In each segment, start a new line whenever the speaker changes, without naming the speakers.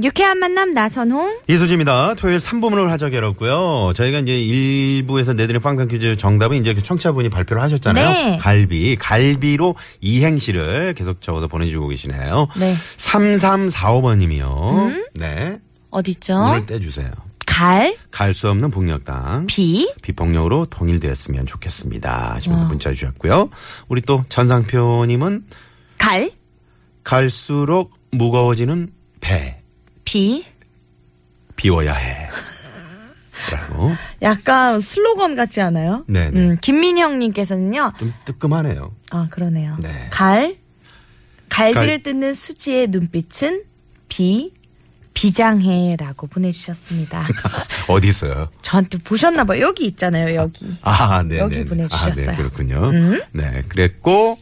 유쾌한 만남 나선홍
이수지입니다. 토요일 3부문을 활짝 열었고요. 저희가 이제 1부에서 내드린 빵빵 퀴즈 정답은 이제 그 청취자분이 발표를 하셨잖아요.
네.
갈비. 갈비로 이행시를 계속 적어서 보내주고 계시네요.
네. 음?
3345번님이요. 네.
어디죠?
문을 떼주세요.
갈,
갈 수 없는 북녘당.
비,
비폭력으로 통일되었으면 좋겠습니다. 하시면서
어.
문자 주셨고요. 우리 또 전상표님은
갈,
갈수록 무거워지는 배.
비.
비워야 해. 라고.
약간 슬로건 같지 않아요?
네네.
음, 김민형님께서는요.
좀 뜨끔하네요.
아 그러네요.
네.
갈, 갈비를
갈.
뜯는 수지의 눈빛은 비, 비장해라고 보내주셨습니다.
어디 있어요?
저한테 보셨나봐요. 여기 있잖아요. 여기.
아, 네,
여기
네.
보내주셨어요. 음.
아, 네, 그렇군요. 네, 그랬고,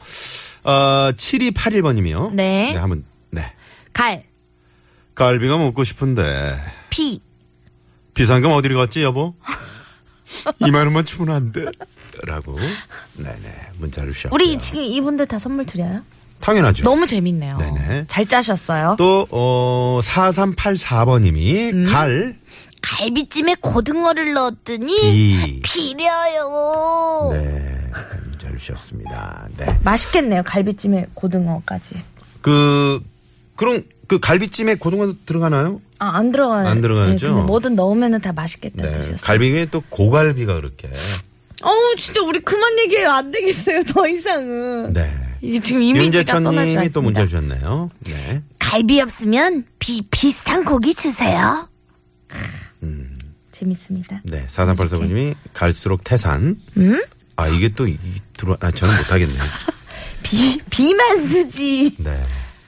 어, 7281번님이요.
네.
네, 한번, 네.
갈,
갈비가 먹고 싶은데,
비,
비상금 어디로 갔지, 여보? 2만원만 주면 안 돼. 라고, 네네, 문자를 주셨고.
우리 지금 이분들 다 선물 드려요?
당연하죠.
너무 재밌네요.
네네.
잘 짜셨어요.
또, 어, 4384번님이,
음.
갈,
갈비찜에 고등어를 넣었더니
비.
비려요.
네, 문자를 주셨습니다. 네.
맛있겠네요. 갈비찜에 고등어까지.
그, 그럼, 그 갈비찜에 고등어 들어가나요?
아, 안 들어가요.
안 들어가죠?
네, 근데 뭐든 넣으면 다 맛있겠다
네.
드셨어요.
갈비에 또 고갈비가 그렇게.
어우, 진짜 우리 그만 얘기해요. 안 되겠어요. 더 이상은.
네.
이게 지금 이미지가 떠나지
님이
않습니다.
또 문자 주셨네요. 네.
갈비 없으면 비 비슷한 고기 주세요
재밌습니다.
음. 네. 4384번님이 갈수록 태산.
음?
아, 이게 또, 이, 들어, 아, 저는 못하겠네요.
비, 비만 쓰지.
네.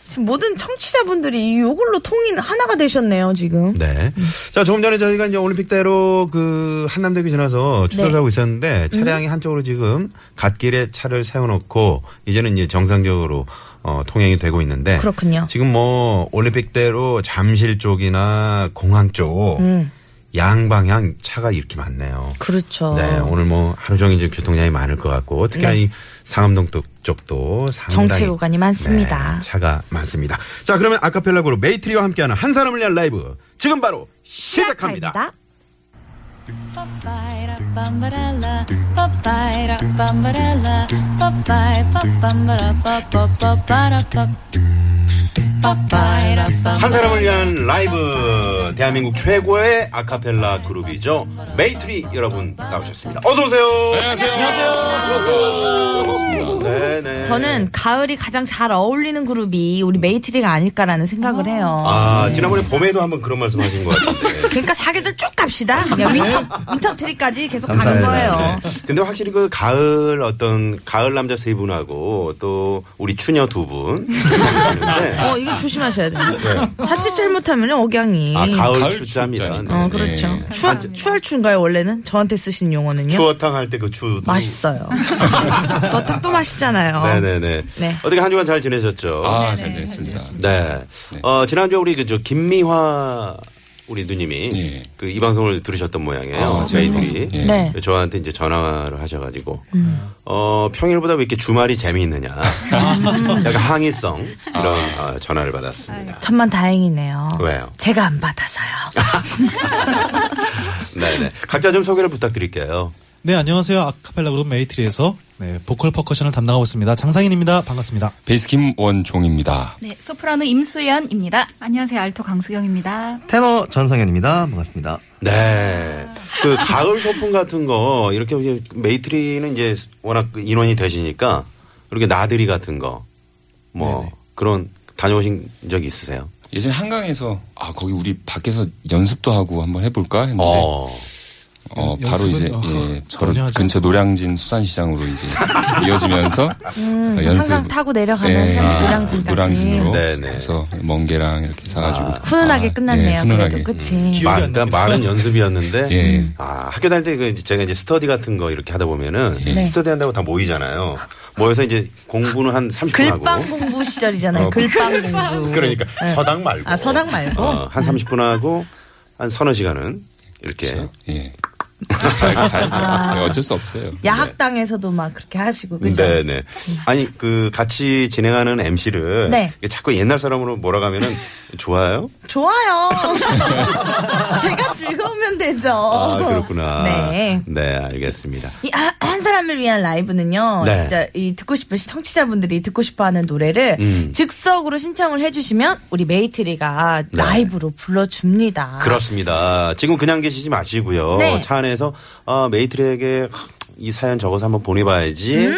지금 모든 청취자분들이 이걸로 통일 하나가 되셨네요, 지금.
네. 자, 조금 전에 저희가 이제 올림픽대로 그 한남대교 지나서 추돌을
네.
하고 있었는데 차량이 한쪽으로 지금 갓길에 차를 세워놓고 이제는 이제 정상적으로 어, 통행이 되고 있는데
그렇군요.
지금 뭐 올림픽대로 잠실 쪽이나 공항 쪽
음.
양방향 차가 이렇게 많네요.
그렇죠.
네, 오늘 뭐 하루 종일 이제 교통량이 많을 것 같고 특히나
네.
이 상암동 쪽- 쪽도 상당히
정체 구간이 많습니다.
네, 차가 많습니다. 자, 그러면 아카펠라 그룹 메이트리와 함께하는 한 사람을 위한 라이브 지금 바로 시작합니다.
시작합니다.
한 사람을 위한 라이브 대한민국 최고의 아카펠라 그룹이죠. 메이트리 여러분 나오셨습니다. 어서 오세요. 네, 안녕하세요. 안녕하세요. 반갑습니다. 네, 네.
저는 가을이 가장 잘 어울리는 그룹이 우리 메이트리가 아닐까라는 생각을 해요.
아, 지난번에 봄에도 한번 그런 말씀 하신 것 같은데.
그러니까 사계절 쭉 갑시다. 그냥 윈터 윈터트리까지 계속 가는 거예요.
네. 근데 확실히 그 가을 어떤 가을 남자 세 분하고 또 우리 추녀 두 분. 네. 아,
어 이거 조심하셔야 돼요. 자칫 잘못하면 억양이.
아, 가을,
가을
추자입니다.
추자니까.
음. 어
네.
그렇죠.
네.
추월 추월추인가요 원래는? 저한테 쓰신 용어는요?
추어탕 할 때 그 추.
맛있어요. 저탕도 맛있잖아요.
네네네.
네.
어떻게 한 주간 잘 지내셨죠?
아, 잘 지냈습니다.
네. 어, 지난주에 우리 그저 김미화 우리 누님이
예.
그 이 방송을 들으셨던 모양이에요.
아, 제
메이트리.
방송. 예.
네.
저한테 이제 전화를 하셔가지고 어, 평일보다 왜 이렇게 주말이 재미있느냐. 약간 항의성 이런 어, 전화를 받았습니다.
천만 다행이네요.
왜요?
제가 안 받아서요.
네네. 각자 좀 소개를 부탁드릴게요.
네, 안녕하세요. 아카펠라 그룹 메이트리에서 네, 보컬 퍼커션을 담당하고 있습니다. 장상인입니다. 반갑습니다.
베이스 김원종입니다.
네, 소프라노 임수연입니다. 안녕하세요. 알토 강수경입니다.
테너 전성현입니다. 반갑습니다.
네. 그 가을 소풍 같은 거 이렇게 이제 메이트리는 이제 워낙 그 인원이 되시니까 이렇게 나들이 같은 거 뭐 그런 다녀오신 적이 있으세요?
예전 한강에서 아 거기 우리 밖에서 연습도 하고 한번 해볼까 했는데 어.
어.
어,
연-
바로
연습은-
이제
어,
예, 바로
전혀 하지
근처 노량진 수산시장으로 이제 이어지면서 어,
음,
예, 아,
한강 타고 내려가면서
네. 아,
노량진까지.
노량진으로
네네.
그래서 멍게랑 이렇게 사가지고
훈훈하게
아,
끝났네요.
예, 훈훈하게
그래도 그치.
기억이 안
그러니까
납니다.
많은 연습이었는데
예.
아 학교 다닐 때그 제가 이제 스터디 같은 거 이렇게 하다 보면은
예.
네.
스터디 한다고 다 모이잖아요. 모여서 이제 공부는 한 30분 하고
글빵 공부 시절이잖아요.
어,
글빵 공부.
그러니까
네.
서당 말고
아, 서당 말고?
어, 한 30분 하고 한 서너 시간은 이렇게
그렇죠. 예. 다, 다, 다, 예, 어쩔 수 없어요.
아. 야학당에서도 막 그렇게 하시고 그죠?
네, 네. 아니 그 같이 진행하는 MC를
네.
자꾸 옛날 사람으로 몰아가면은 좋아요.
좋아요. 제가 즐거우면 되죠.
아 그렇구나.
어. 네.
네, 알겠습니다.
이 하- 한 사람을 위한 라이브는요.
네.
진짜 이 듣고 싶은 청취자분들이 듣고 싶어하는 노래를
음.
즉석으로 신청을 해주시면 우리 메이트리가
네.
라이브로 불러줍니다.
아. 그렇습니다. 지금 그냥 계시지 마시고요.
네.
차 안에서 아, 메이트리에게 이 사연 적어서 한번 보내봐야지.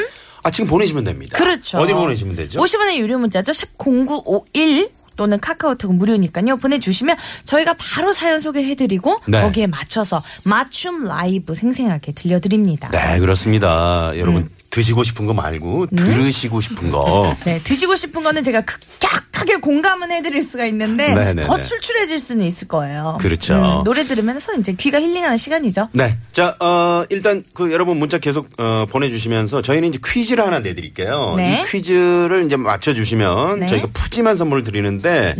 아 지금 보내시면 됩니다.
음? 그렇죠.
어디 보내시면 되죠?
50원의 유료 문자죠. 샵 0951 또는 카카오톡 무료니까요. 보내주시면 저희가 바로 사연 소개해드리고
네.
거기에 맞춰서 맞춤 라이브 생생하게 들려드립니다.
네, 그렇습니다. 여러분
음.
드시고 싶은 거 말고 들으시고 싶은 거.
네, 드시고 싶은 거는 제가 극격하게 공감은 해드릴 수가 있는데
네네네.
더 출출해질 수는 있을 거예요. 음,
그렇죠.
노래 들으면서 이제 귀가 힐링하는 시간이죠.
네. 자, 어, 일단 그 여러분 문자 계속 어, 보내주시면서 저희는 이제 퀴즈를 하나 내드릴게요.
네.
이 퀴즈를 이제 맞춰주시면
네. 음.
저희가 푸짐한 선물을 드리는데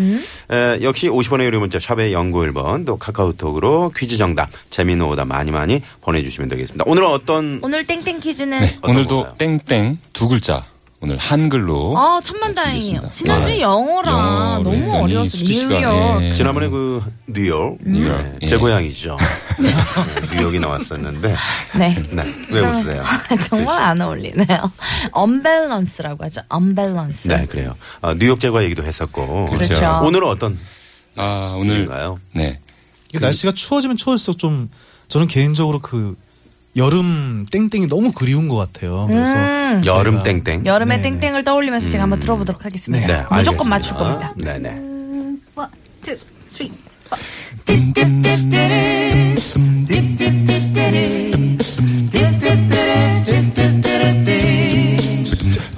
에, 역시 50원의 유료 문자 샵의 0951번 또 카카오톡으로 퀴즈 정답 재미있는 오답 많이 많이 보내주시면 되겠습니다. 오늘은 어떤
오늘 땡땡 퀴즈는
네,
어떤
오늘도
건가요?
땡땡 두 글자 오늘 한글로
아 천만
네,
다행이에요.
준비했습니다.
지난주
네.
영어랑
영어로
아, 너무
했더니
어려웠어요.
수지 씨가,
뉴욕.
예.
지난번에 그 뉴욕,
음.
뉴욕.
네, 제
예.
고향이죠. 네, 뉴욕이 나왔었는데
네.
네, 왜 웃으세요?
정말 안 어울리네요. 언밸런스라고 하죠. 언밸런스.
네, 그래요. 아, 뉴욕 제과 얘기도 했었고
그렇죠.
자, 오늘은 어떤
아 오늘
퀴즈인가요?
네
이게 날씨가 추워지면 추울수록 좀 저는 개인적으로 그 여름 땡땡이 너무 그리운 것 같아요. 그래서
음.
여름 땡땡.
여름의 땡땡을 떠올리면서 제가 한번 들어보도록 하겠습니다. 네, 무조건
네. 음. 알겠습니다.
맞출 겁니다.
네네.
원, 투, 쓰리.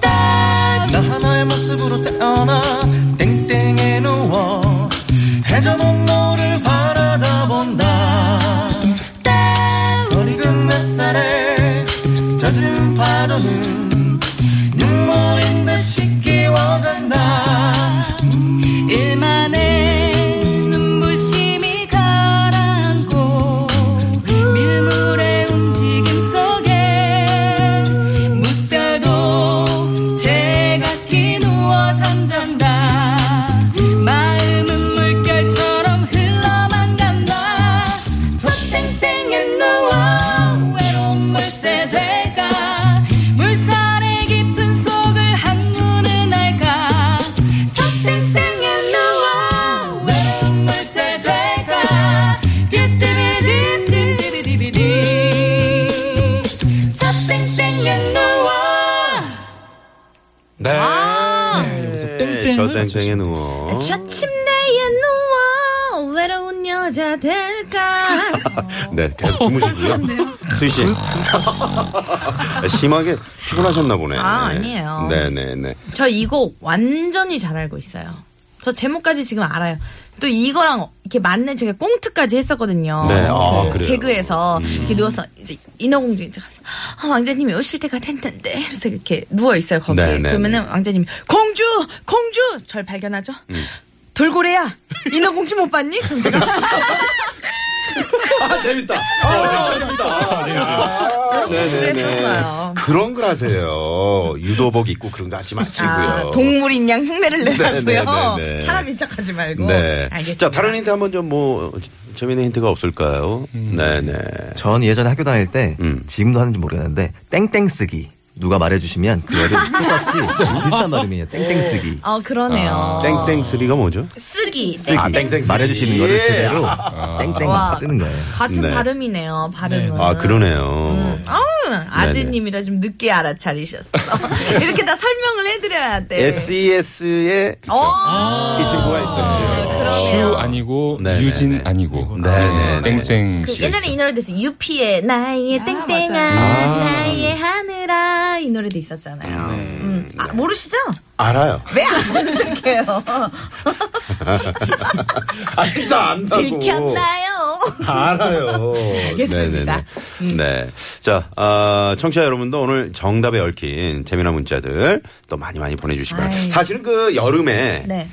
나 하나의 모습으로 태어나 땡땡에 누워 해저먼 너를 바라다 본다 서리금 햇살에 젖은 파도는 눈물인 듯이 끼워간다
일만의 눈부심이 가라앉고 밀물의 움직임 속에 묻혀도 제각기 누워 잠잔다 마음은 물결처럼 흘러만 간다 저 땡땡에 누워 외로운 물새 될까 물살의 깊은 속을 한눈은 알까 저 땡땡에 누워 외로운 물새 될까 띠띠비디띠띠비디비디 저 땡땡에 누워
네.
여기서
저 뭐. 네,
땡땡을
땡땡에
맞추시면
누워.
저 침대에 누워 외로운 여자 될까?
네,
어,
계속 주무시고요. 수희 씨. 심하게 피곤하셨나 보네.
아, 아니에요.
네네네.
저 이곡 완전히 잘 알고 있어요. 저 제목까지 지금 알아요. 또 이거랑 이렇게 맞는 제가 꽁트까지 했었거든요.
네, 아,
그
그래요?
개그에서 이렇게 누워서 이제 인어공주 이제 가서 아, 왕자님이 오실 때가 된 텐데 그래서 이렇게 누워 있어요 거기에
네, 네,
그러면은 왕자님이 공주 공주 절 발견하죠.
음.
돌고래야 인어공주 못 봤니? 그럼 제가
아, 재밌다. 아, 네. 재밌다.
그랬었어요.
그런 걸 하세요. 유도복 입고 그런 거 하지 마시고요.
아, 동물인 양 흉내를 내라고요.
네, 네, 네.
사람인 척하지 말고.
네.
알겠습니다.
자, 다른 힌트 한번 좀 뭐, 재미있는 힌트가 없을까요? 네네.
전 예전에 학교 다닐 때
음.
지금도 하는지 모르겠는데 땡땡 쓰기 누가 말해주시면 그거를 똑같이 비슷한 발음이에요 땡땡 쓰기
어 그러네요.
아, 땡땡 쓰리가 뭐죠?
쓰기.
쓰기
아, 땡땡
말해주시는
쓰기.
거를
예.
그대로 땡땡
와.
쓰는 거예요
같은
네.
발음이네요. 발음은. 어,
아, 그러네요.
음. 아우, 아재님이라 좀 늦게 알아차리셨어.
E
이렇게 다 설명을 해드려야 돼.
SES에
네. 어,
아.
아,
이 친구가 있었죠.
슈 아니고
아. 네, 네,
유진
네.
아니고
네, 네, 네.
땡땡
그
씨.
옛날에 이 노래도 있어요. 유피의 나의
아,
땡땡아,
맞아요.
나의 하늘아 이 노래도 있었잖아요.
네.
음. 아, 모르시죠?
알아요.
왜 안 아는 척해요?
아, 진짜 안다고.
들켰나요?
알아요.
알겠습니다.
네네네.
음.
네. 자, 아, 청취자 여러분도 오늘 정답에 얽힌 재미난 문자들 또 많이 많이 보내주시기 바랍니다.
아이.
사실은 그 여름에
네.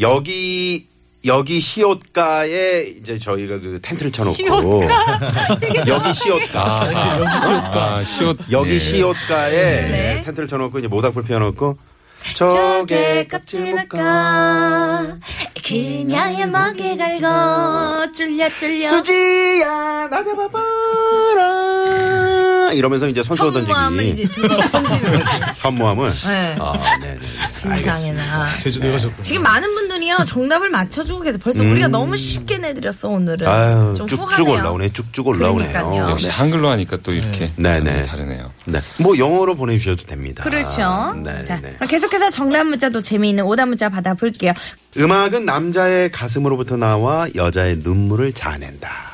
여기 여기 시옷가에 이제 저희가 그 텐트를 쳐놓고 여기 시옷가
여기 시옷가. 아, 시옷.
여기
네.
시옷가에 네, 텐트를 쳐놓고 이제 모닥불 피워놓고 저게 껍질 묶어
그녀의 먹이 갈고 쫄려 쫄려
수지야 나 잡아봐라 이러면서 이제 손수
현무암을
던지기
이제 주로 던지는 거죠.
현모함을
네.
아, 네네.
진상에나.
제주도에 가셨고.
지금 많은 분들이요 정답을 맞춰주고 계세요. 벌써 우리가 너무 쉽게 내드렸어 오늘은.
음. 아유,
좀
쭉쭉
후하네요.
올라오네, 쭉쭉 올라오네요.
그러니까요.
역시 한글로 하니까 또 이렇게
네, 네.
다르네요.
네. 뭐 영어로 보내주셔도 됩니다.
그렇죠.
네,
자,
네.
그럼 계속해서 정답 문자도 재미있는 오답 문자 받아볼게요.
음악은 남자의 가슴으로부터 나와 여자의 눈물을 자아낸다.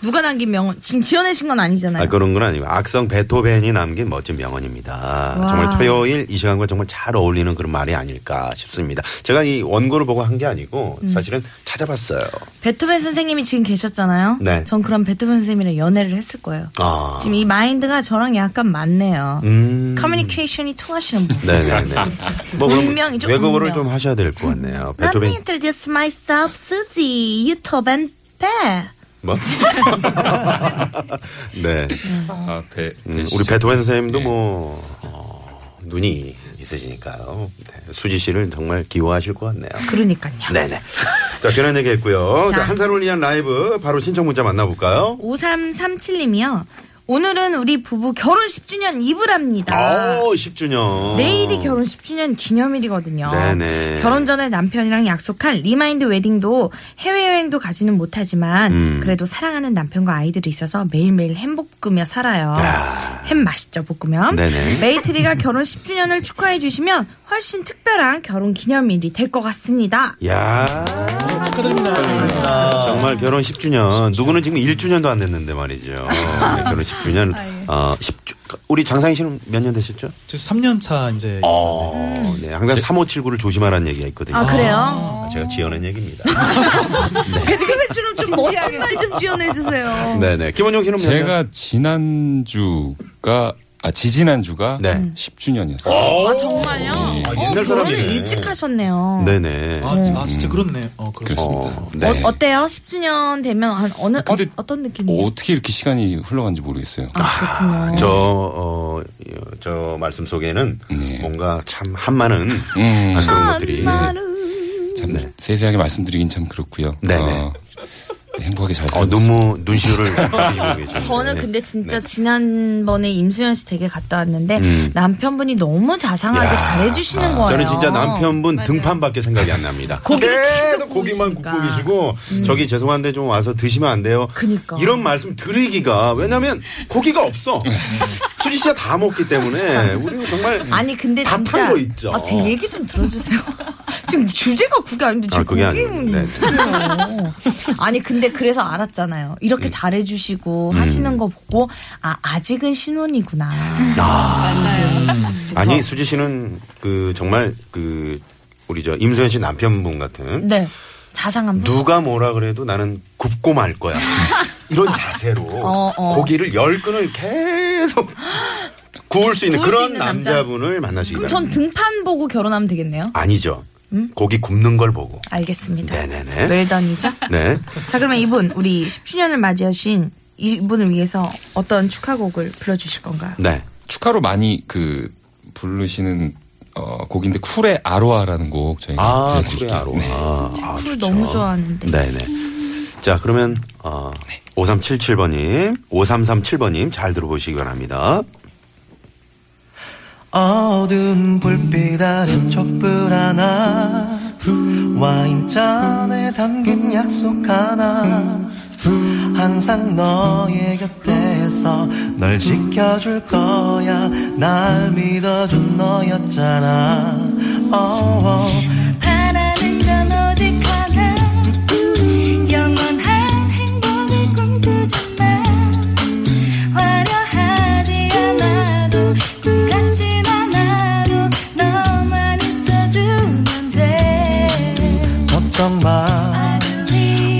누가 남긴 명언? 지금 지어내신 건 아니잖아요.
아, 그런 건 아니고 악성 베토벤이 남긴 멋진 명언입니다. 정말 토요일 이 시간과 정말 잘 어울리는 그런 말이 아닐까 싶습니다. 제가 이 원고를 보고 한 게 아니고
음.
사실은 찾아봤어요.
베토벤 선생님이 지금 계셨잖아요.
네.
전 그럼 베토벤 선생님이랑 연애를 했을 거예요.
아.
지금 이 마인드가 저랑 약간 맞네요.
음.
커뮤니케이션이 통하시는 분.
네네네. 뭐 그럼
운명이죠, 음.
외국어를
운명.
좀 하셔야 될 것 같네요.
Let
베토벤
me introduce myself, Suzy, you Toben Bear.
뭐? 네.
음,
아, 배, 배
음,
씨.
우리 베토벤
네.
선생님도 뭐 어, 눈이 있으시니까요. 네. 수지 씨를 정말 기워하실 것 같네요.
그러니까요.
네네. 자, 괜한 얘기 했고요. 자,
자.
한산을 위한 라이브 바로 신청 문자 만나볼까요?
5337님이요. 오늘은 우리 부부 결혼 10주년 이불 합니다.
오, 10주년.
아. 내일이 결혼 10주년 기념일이거든요.
네네.
결혼 전에 남편이랑 약속한 리마인드 웨딩도 해외여행도 가지는 못하지만
음.
그래도 사랑하는 남편과 아이들이 있어서 매일매일 햄 볶으며 살아요.
야.
햄 맛있죠 볶으면.
네네.
메이트리가 결혼 10주년을 축하해 주시면 훨씬 특별한 결혼 기념일이 될 것 같습니다.
야 축하드립니다. 정말 결혼 10주년. 누구는 지금 1주년도 안 됐는데 말이죠. 네, 결혼 10주년.
아, 예.
어, 10주, 우리 장상희 씨는 몇 년 되셨죠?
저 3년 차 이제
어, 네. 항상 3579를 조심하라는 얘기가 있거든요.
아 그래요? 아.
제가 지어낸 얘기입니다.
베트맨처럼 좀 멋진 말 좀 지어내 주세요.
네. 네네. 김원영 씨는 몇 년?
제가 지난주가 아 지지난주가
네.
10주년이었어요.
아 정말요?
아,
어,
옛날
결혼을
사람이네.
일찍 하셨네요.
네네.
아, 아, 진짜 그렇네. 어, 그렇
그렇습니다.
어,
어,
네.
어때요? 10주년 되면 한 어느
근데
어, 떤 느낌이에요?
뭐 어떻게 이렇게 시간이 흘러간지 모르겠어요.
아,
저,
그렇군요.
어, 저 말씀 속에는
네.
뭔가 참 한많은
음.
그런 것들이.
참 세세하게 말씀드리긴 참 그렇고요.
네. 네네.
어, 네, 행복하게 잘 살고
어,
있습니다.
눈물, 눈시울을 가지고 네. 계시는데.
저는 근데 진짜 지난번에 임수연 씨 댁에 갔다 왔는데
음.
남편분이 너무 자상하게
야.
잘해주시는
아,
거예요.
저는 진짜 남편분 등판밖에 생각이 안 납니다.
고기를
계속
계속
고기만
구우시니까. 음.
굽고 계시고 저기 죄송한데 좀 와서 드시면 안 돼요.
그니까.
이런 말씀 드리기가 왜냐면 고기가 없어. 수지 씨가 다 먹기 때문에 우리가 정말
아니 근데
다
진짜
탄 거 있죠.
아, 제 얘기 좀 들어주세요. 지금 주제가 그게 아닌데 지금
아, 그게
고기는
아니에요. 네.
그래요. 아니 근데 그래서 알았잖아요. 이렇게
음.
잘해주시고 하시는 거 보고 아 아직은 신혼이구나.
아니 수지 씨는 그 정말 그 우리 저 임소연 씨 남편분 같은
네 자상한 분.
누가 뭐라 그래도 나는 굽고 말 거야. 이런 자세로
어, 어.
고기를 열 끈을 계속 구울 수 있는
구울 수
그런
있는 남자.
남자분을 만나시기
그럼
바랍니다.
전 등판 보고 결혼하면 되겠네요.
아니죠.
음?
고기 굽는 걸 보고.
알겠습니다.
네네네.
웰던이죠.
네.
자 그러면 이분 우리 10주년을 맞이하신 이분을 위해서 어떤 축하곡을 불러주실 건가요?
네.
축하로 많이 그 부르시는 어, 곡인데 쿨의 아로아라는 곡 저희가
아,
들려드릴게요.
그래요.
네.
아, 아,
쿨
좋죠.
너무 좋아하는데.
네네. 자, 그러면, 어, 5377번님, 5337번님 잘 들어보시기 바랍니다.
어두운 불빛 아래 촛불 하나 와인잔에 담긴 약속 하나 항상 너의 곁에서 널 지켜줄 거야 날 믿어준 너였잖아 어, 어.
바람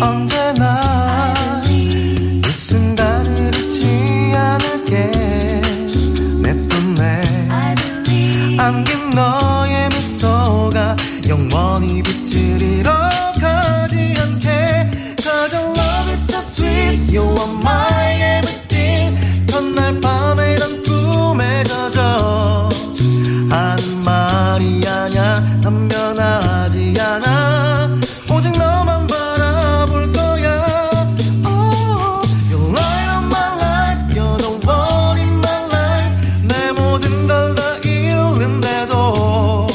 언제나 이 순간을 잊지 않을게 내 품에 안긴 너의 미소가 영원히 빛을 잃어가지 않게 Cause your love is so sweet You are my everything 첫날 밤에 난 꿈에 젖어 하는 말이 아냐 난 변하지 않아 오직 너만 바라볼 거야 oh, You're light of my life You're the one in my life 내 모든 걸 다 잃는데도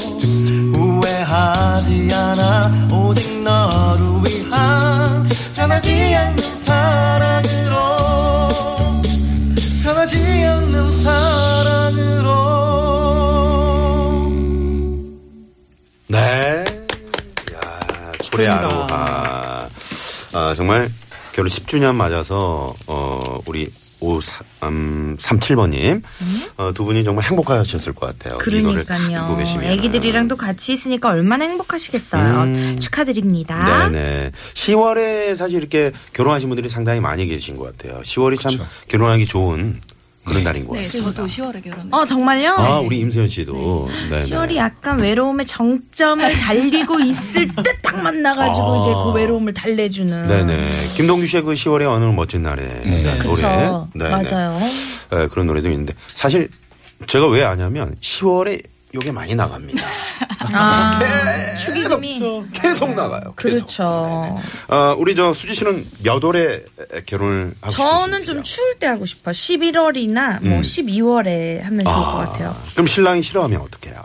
후회하지 않아 오직 너를 위한 변하지 않는
음.
사랑으로 변하지 않는 사랑으로
네. 야, 고래 아로하. 아, 정말 결혼 10주년 맞아서 어, 우리 5 3 37번 님. 어, 두 분이 정말 행복하셨을 것 같아요. 이거를 다 듣고
음? 그러니까요.
계시면.
애기들이랑도 같이 있으니까 얼마나 행복하시겠어요. 축하드립니다.
음. 네네. 10월에 사실 이렇게 결혼하신 분들이 상당히 많이 계신 것 같아요. 10월이 참
그쵸.
결혼하기 좋은 그런 날인 것
네,
같습니다.
저도 10월에 결혼했어요.
어 정말요?
아, 우리 임수현 씨도. 네네.
10월이 아- 약간 외로움의 정점을 달리고 있을 때 딱 만나가지고
아.
이제 그 외로움을 달래주는.
네네. 김동규 씨의 그 10월의 어느 멋진 날에 네,
그쵸.
노래.
맞아요.
네, 그런 노래도 있는데 사실 제가 왜 아냐면 10월에 요게 많이 나갑니다.
아,
계속, 계속 나가요. 계속.
그렇죠.
아, 우리 저 수지 씨는 몇 월에 결혼을 하고
저는
싶으신지요?
좀 추울 때 하고 싶어요. 11월이나 뭐
음.
12월에 하면 좋을 것
아,
같아요.
그럼 신랑이 싫어하면 어떡해요?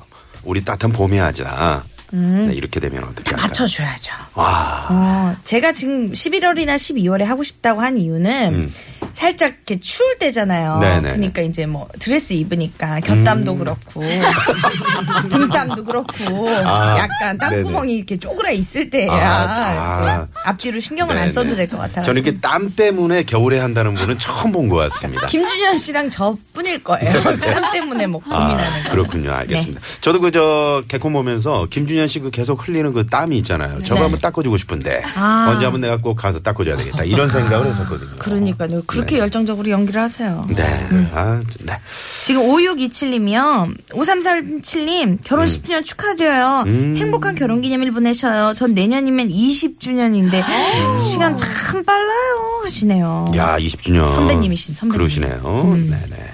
우리 따뜻한 봄에 하자.
음.
네, 이렇게 되면 어떻게 할까요?
맞춰줘야죠.
와.
어, 제가 지금 11월이나 12월에 하고 싶다고 한 이유는
음.
살짝 이렇게 추울 때잖아요.
네네. 음.
그러니까 이제 뭐 드레스 입으니까 곁담도 그렇고 등땀도 그렇고
아,
약간 땅구멍이 이렇게 쪼그라 있을 때야
아, 아.
이렇게 앞뒤로 신경을
네네.
안 써도 될 것 같아요.
저는 이렇게 땀 때문에 겨울에 한다는 분은 처음 본 것 같습니다.
김준현 씨랑 저뿐일 거예요.
네.
땀 때문에 뭐 고민하는 네. 거.
아, 그렇군요. 알겠습니다. 저도 그 저 개콘 보면서 김준현 씨 그 계속 흘리는 그 땀이 있잖아요. 저거
네.
한번 닦아주고 싶은데 언제 한번 내가 꼭 가서 닦아줘야 되겠다 이런 생각을 했었거든요.
그러니까요. 그렇게
네.
열정적으로 연기를 하세요.
네.
음.
아, 네.
지금 5627님이요. 5337님, 결혼
네.
10주년 축하드려요.
음.
행복한 결혼 기념일 보내셔요. 전 내년이면 20주년인데, 시간 참 빨라요. 하시네요.
아. 야, 20주년
선배님이신 음. 선배님.
그러시네요. 네네.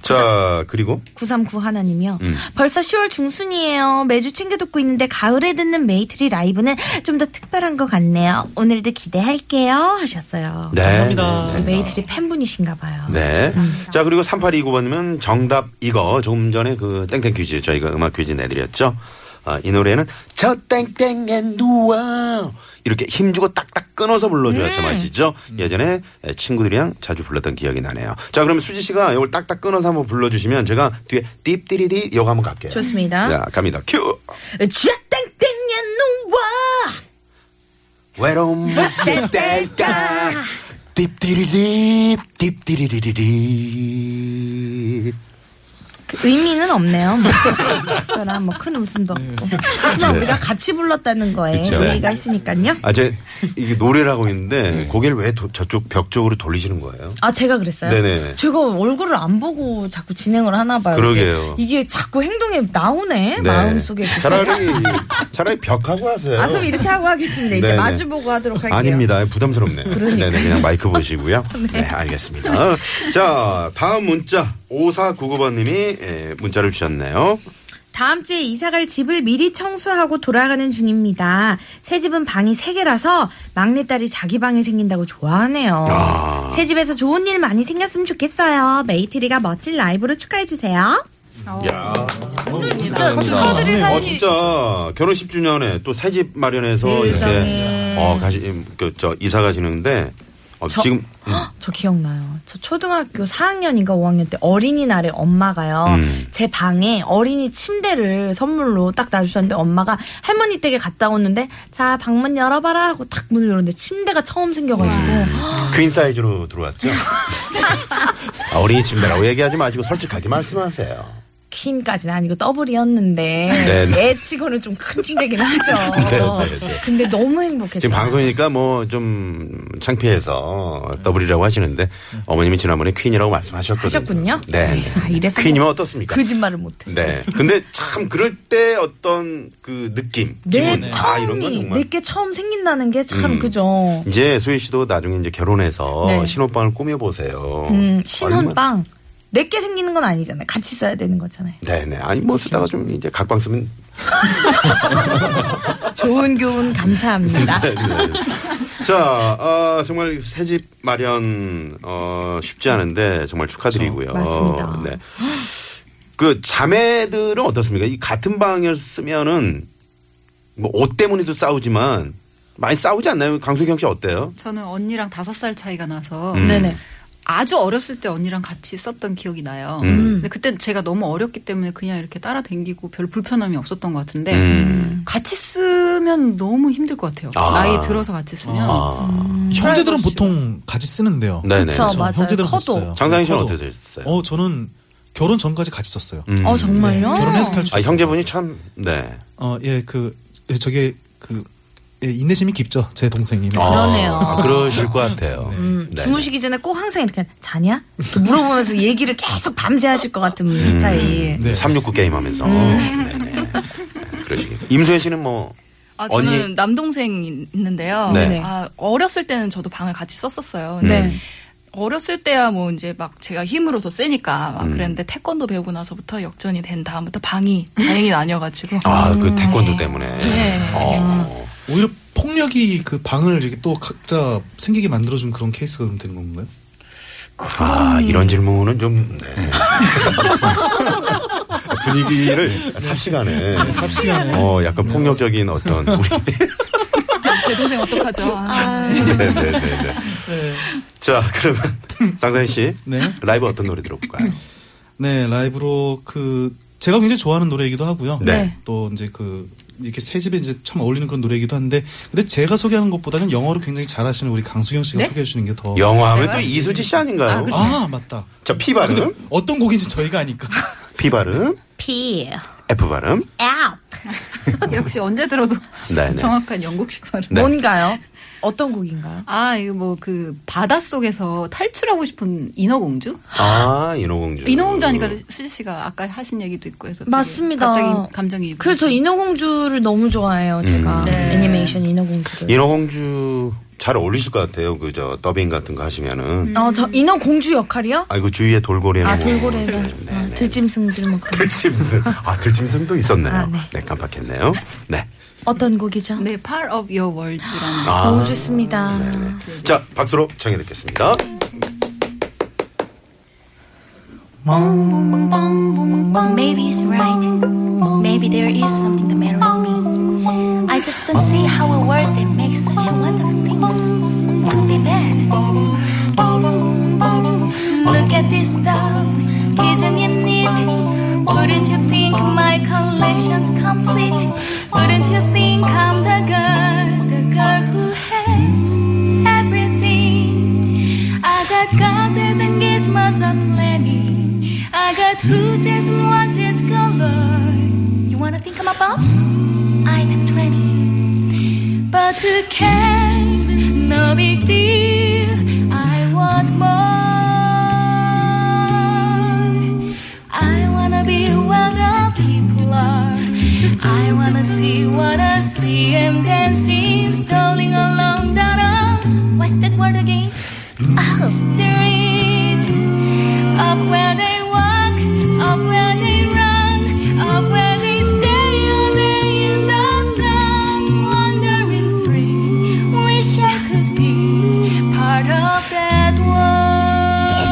자 그리고
939 하나님이요.
음.
벌써 10월 중순이에요. 매주 챙겨 듣고 있는데, 가을에 듣는 메이트리 라이브는 좀 더 특별한 것 같네요. 오늘도 기대할게요. 하셨어요.
네.
감사합니다.
네.
메이트리 팬분이신가 봐요.
네. 자, 그리고 3829번님은 정답 이거 조금 전에 그 땡땡 퀴즈 저희가 음악 퀴즈 내드렸죠. 아, 이 노래는 저 땡땡에 누워 이렇게 힘주고 딱딱 끊어서 불러줘야
네.
제맛이죠.
음.
예전에 친구들이랑 자주 불렀던 기억이 나네요. 자, 그럼 수지 씨가 이걸 딱딱 끊어서 한번 불러주시면 제가 뒤에 띠띠리디 요거 한번 갈게요.
좋습니다.
자, 갑니다. 큐.
쥐땡땡에 누워!
외로움 무슨 때일까 띠띠리디 띠띠리리리리
그 의미는 없네요. 뭐. 특별한 뭐큰 웃음도 없고. 하지만 우리가 같이 불렀다는 거에
네. 그쵸.
의미가 있으니까요.
아, 제, 이게 노래를 하고 있는데, 고개를 왜 도- 저쪽 벽 쪽으로 돌리시는 거예요?
아 제가 그랬어요.
네네.
제가 얼굴을 안 보고 자꾸 진행을 하나 봐요.
그러게요.
이게, 이게 자꾸 행동에 나오네 마음속에.
차라리, 차라리 벽하고 하세요.
아 그럼 이렇게 하고 하겠습니다. 이제
네네.
마주 보고 하도록 할게요.
아닙니다. 부담스럽네. 네네, 그냥 마이크 보시고요. 네. 알겠습니다. 자, 다음 문자. 5499번님이 예, 문자를 주셨네요.
다음 주에 이사갈 집을 미리 청소하고 돌아가는 중입니다. 새 집은 방이 세개라서 막내딸이 자기 방이 생긴다고 좋아하네요.
아.
새 집에서 좋은 일 많이 생겼으면 좋겠어요. 메이트리가 멋진 라이브로 축하해주세요. 어,
야
진짜 축하드릴
어,
사연이
진짜 결혼 10주년에 또 새 집 마련해서
세상에.
이렇게, 어, 가시, 그, 저, 이사 가시는데, 어,
저-
지금, 음,
저 기억나요. 저 초등학교 4학년인가 5학년 때 어린이날에 엄마가요.
음.
제 방에 어린이 침대를 선물로 딱 놔주셨는데 엄마가 할머니 댁에 갔다 오는데 자, 방문 열어봐라 하고 탁 문을 열었는데 침대가 처음 생겨가지고
네.
퀸 사이즈로 들어왔죠? 아, 어린이 침대라고 얘기하지 마시고 솔직하게 말씀하세요.
퀸까지는 아니고 더블이었는데
네.
애 치고는 좀 큰 침대긴 하죠.
네, 네, 네.
근데 너무 행복했죠.
지금 방송이니까 뭐 좀 창피해서 더블이라고 하시는데 어머님이 지난번에 퀸이라고 말씀하셨거든요.
하셨군요.
네.
아, 이래서
퀸이면 어떻습니까?
거짓말을 못해.
네. 근데 참 그럴 때 어떤 그 느낌,
내
기분, 아 이런 건
네, 처음이
정말.
내게 처음 생긴다는 게 참
음.
그죠.
이제 소희 씨도 나중에 이제 결혼해서
네.
신혼방을 꾸며보세요.
음,
얼마나-
신혼방 내게 생기는 건 아니잖아요. 같이 써야 되는 거잖아요.
네네. 아니 뭐 쓰다가 좀 이제 각방 쓰면
좋은 교훈 감사합니다.
네, 자, 아, 정말 새집 마련 어, 쉽지 않은데 정말 축하드리고요.
그렇죠. 맞습니다.
네. 그 자매들은 어떻습니까? 이 같은 방을 쓰면은 뭐 옷 때문에도 싸우지만 많이 싸우지 않나요? 강수경 씨 어때요?
저는 언니랑 다섯 살 차이가 나서
음.
네네.
아주 어렸을 때 언니랑 같이 썼던 기억이 나요.
음.
근데 그때 제가 너무 어렸기 때문에 그냥 이렇게 따라 댕기고 별 불편함이 없었던 것 같은데
음.
같이 쓰면 너무 힘들 것 같아요.
아.
나이 들어서 같이 쓰면
아.
형제들은 보통 같이 쓰는데요.
네네.
그쵸.
그렇죠.
맞아요.
형제들은
커도.
같이 써요.
장상희 씨는
커도.
어떠셨어요? 아,
어, 저는 결혼 전까지 같이 썼어요. 네,
음.
어 정말요?
결혼해서 탈출.
아, 형제분이 참, 네.
어, 예, 그 예, 저게 그 예, 인내심이 깊죠. 제 동생이.
아,
그러네요.
아, 그러실 것 같아요.
음,
네네.
주무시기 전에 꼭 항상 이렇게 자냐? 이렇게 물어보면서 얘기를 계속 밤새 하실 것 같은 음.
음.
스타일. 음.
네.
369 게임 하면서. 네, 네네. 그러시겠 임수혜 씨는 뭐.
아, 저는
언니-
남동생 이- 있는데요.
네. 음.
아, 어렸을 때는 저도 방을 같이 썼었어요.
네.
근데 어렸을 때야 뭐 이제 막 제가 힘으로 더 세니까 막
음.
그랬는데 태권도 배우고 나서부터 역전이 된 다음부터 방이 다행히 나뉘어가지고.
아, 그 태권도
네.
때문에.
네.
어.
오히려 폭력이 그 방을 이렇게 또 각자 생기게 만들어준 그런 케이스가 그럼 되는 건가요?
아, 이런 질문은 좀, 네. 분위기를
네,
삽시간에. 삽시간에. 어, 약간 폭력적인 어떤 우리.
제 동생 어떡하죠? 아,
네네네. 자, 그러면 장사희 씨.
네.
라이브 어떤 노래 들어볼까요?
네, 라이브로 그 제가 굉장히 좋아하는 노래이기도 하고요.
네.
또 이제 그 이렇게 새 집에 이제 참 어울리는 그런 노래이기도 한데 근데 제가 소개하는 것보다는 영어를 굉장히 잘하시는 우리 강수경 씨가 소개해 주시는 게
어.
더.
영화하면 또 이수지 씨 아닌가요?
아 맞다.
자, P 발음.
어떤 곡인지 저희가 아니까.
P 발음.
P
F 발음.
앱
역시 언제 들어도
네네.
정확한 영국식 발음.
네.
뭔가요? 어떤 곡인가요?
아 이거 뭐 그 바닷속에서 탈출하고 싶은 인어공주?
아, 인어공주.
인어공주 하니까 수지 씨가 아까 하신 얘기도 있고 해서 되게
맞습니다.
갑자기 감정이
그래서 저 인어공주를 너무
음.
좋아해요. 제가
네.
애니메이션
예.
인어공주를.
인어공주 잘 어울리실 것 같아요. 그 저 더빙 같은 거 하시면은.
어, 저 인어공주 역할이요?
아, 그 주위에 돌고래.
아
네,
돌고래가 아, 들짐승들 뭐 그런.
들짐승. 아, 들짐승도 있었네요.
아,
네.
네.
깜빡했네요. 네.
어떤 곡이죠?
네, Part of Your World라는
아.
너무 좋습니다.
네, 자, 박수로 청해 듣겠습니다.
Maybe he's right. Maybe there is something the matter with me. I just don't see how a world that makes such a lot of things could be bad. Look at this stuff, isn't it neat? Wouldn't you think my collection's complete? Wouldn't you think I'm the girl, the girl who has everything? I got gadgets and gizmos aplenty. I got hooches and watches galore. You wanna think I'm a boss? I'm at 20. But who cares? No big deal. I want more. I wanna be where the people are. I wanna see what I see. I'm dancing, strolling along the road. What's that word again? Oh. Street. Up where they walk, up where they run, up where they stay all day in the sun, wandering free. Wish I could be part of that world,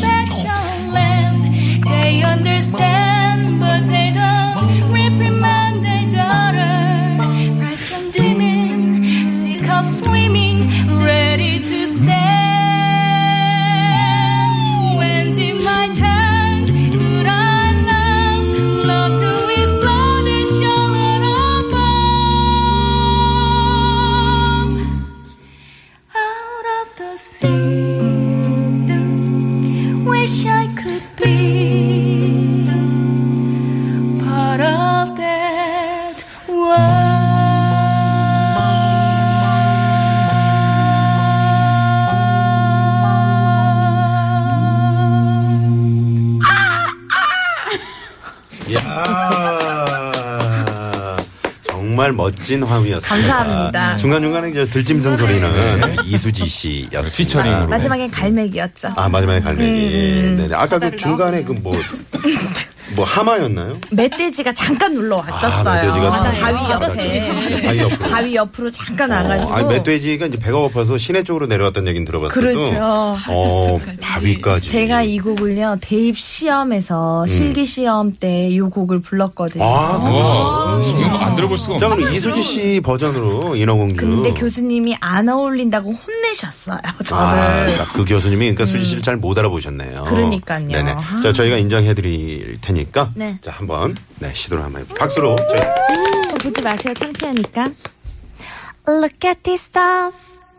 that your land. They understand, but they don't reprimand their daughter. Bright young demon, sick of swimming, ready to stand. When's it my turn? Could I love, love to explore the shoulder above? Out of the sea, wish I could be.
정말 멋진 화음이었습니다.
감사합니다.
중간중간에 저 들짐승 소리는 이수지 씨였습니다. 아, 피처링으로.
마지막엔 갈매기였죠.
아, 마지막에 갈매기.
음,
네네. 아까 그 중간에 그 뭐, 뭐 하마였나요?
멧돼지가 잠깐 놀러
아,
왔었어요. 네.
멧돼지가 잠깐
바위 옆에. 네.
바위 옆으로.
바위 옆으로 잠깐 와가지고.
아니, 멧돼지가 이제 배가 고파서 시내 쪽으로 내려왔다는 얘기는 들어봤어도.
그렇죠.
어, 바위까지.
제가 이 곡을요 대입 시험에서 실기 시험 때 이 곡을 불렀거든요.
음. 아, 그거.
이거 안 들어볼 수가
자, 그럼 이수지 씨 버전으로 인어공주.
근데 교수님이 안 어울린다고 혼내셨어요.
그 아,
저를.
그러니까 그 교수님이 그러니까 수지 씨를 잘 못 알아보셨네요.
음. 그러니까요.
네네. 자, 저희가 인정해 드릴 테니까
네.
자, 한번 네, 시도를 한번 해 볼게요. 박수로. 저희
어, 보지 마세요. 창피하니까.
Look at this stuff.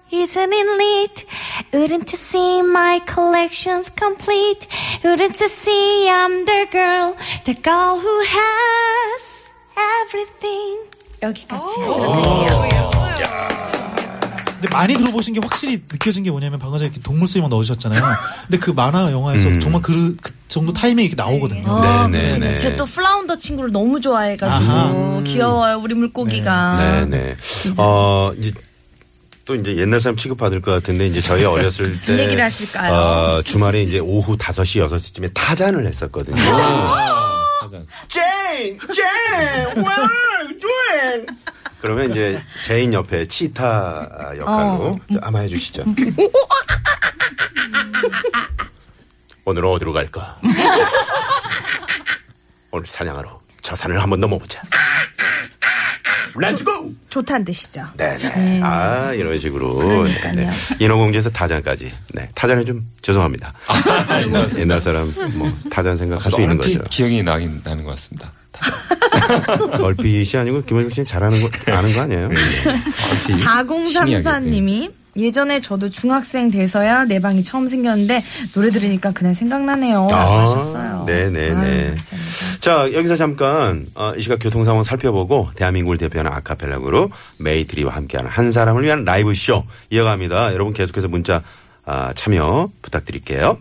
Isn't it neat? Wouldn't you see my collection's complete? Wouldn't you see I'm the girl, the girl who has everything?
여기까지.
근데 많이 들어보신 게 확실히 느껴진 게 뭐냐면 방금 전에 이렇게 동물 소리만 넣으셨잖아요. 근데 그 만화 영화에서
음.
정말 그, 그 정도 타이밍이 이렇게 나오거든요.
아,
네, 네, 네.
제 또 플라운더 친구를 너무 좋아해가지고 귀여워요 우리 물고기가.
네, 네. 어, 이제 또 이제 옛날 사람 취급받을 것 같은데 이제 저희 어렸을 때
무슨 얘기를 하실까요?
어, 주말에 이제 오후 5시 6시쯤에 타잔을 했었거든요.
Jane, Jane, what are you doing?
그러면 이제 제인 옆에 치타
어.
역할로 자, 한번 해 주시죠.
음,
오늘 은 어디로 갈까? 오늘 사냥하러 저 산을 한번 넘어보자. 렛츠고!
좋다는 뜻이죠.
네네. 아, 이런 식으로. 네. 인어공주에서 타잔까지. 네. 타잔에 좀 죄송합니다. 네, 옛날 사람, 뭐, 타잔 생각할 수 있는 거죠.
얼핏 기억이 나긴 나는 것 같습니다.
얼핏이 네. 아니고 김원중 씨는 잘하는 거, 아는 거 아니에요? 얼핏.
4034님이 예전에 저도 중학생 돼서야 내 방이 처음 생겼는데 노래 들으니까 그날 생각나네요. 라고
아,
하셨어요.
네네네.
아유, 감사합니다.
자, 여기서 잠깐, 어, 이 시각 교통 상황 살펴보고 대한민국을 대표하는 아카펠라 그룹 메이트리와 함께하는 한 사람을 위한 라이브 쇼 이어갑니다. 여러분 계속해서 문자 아, 참여 부탁드릴게요.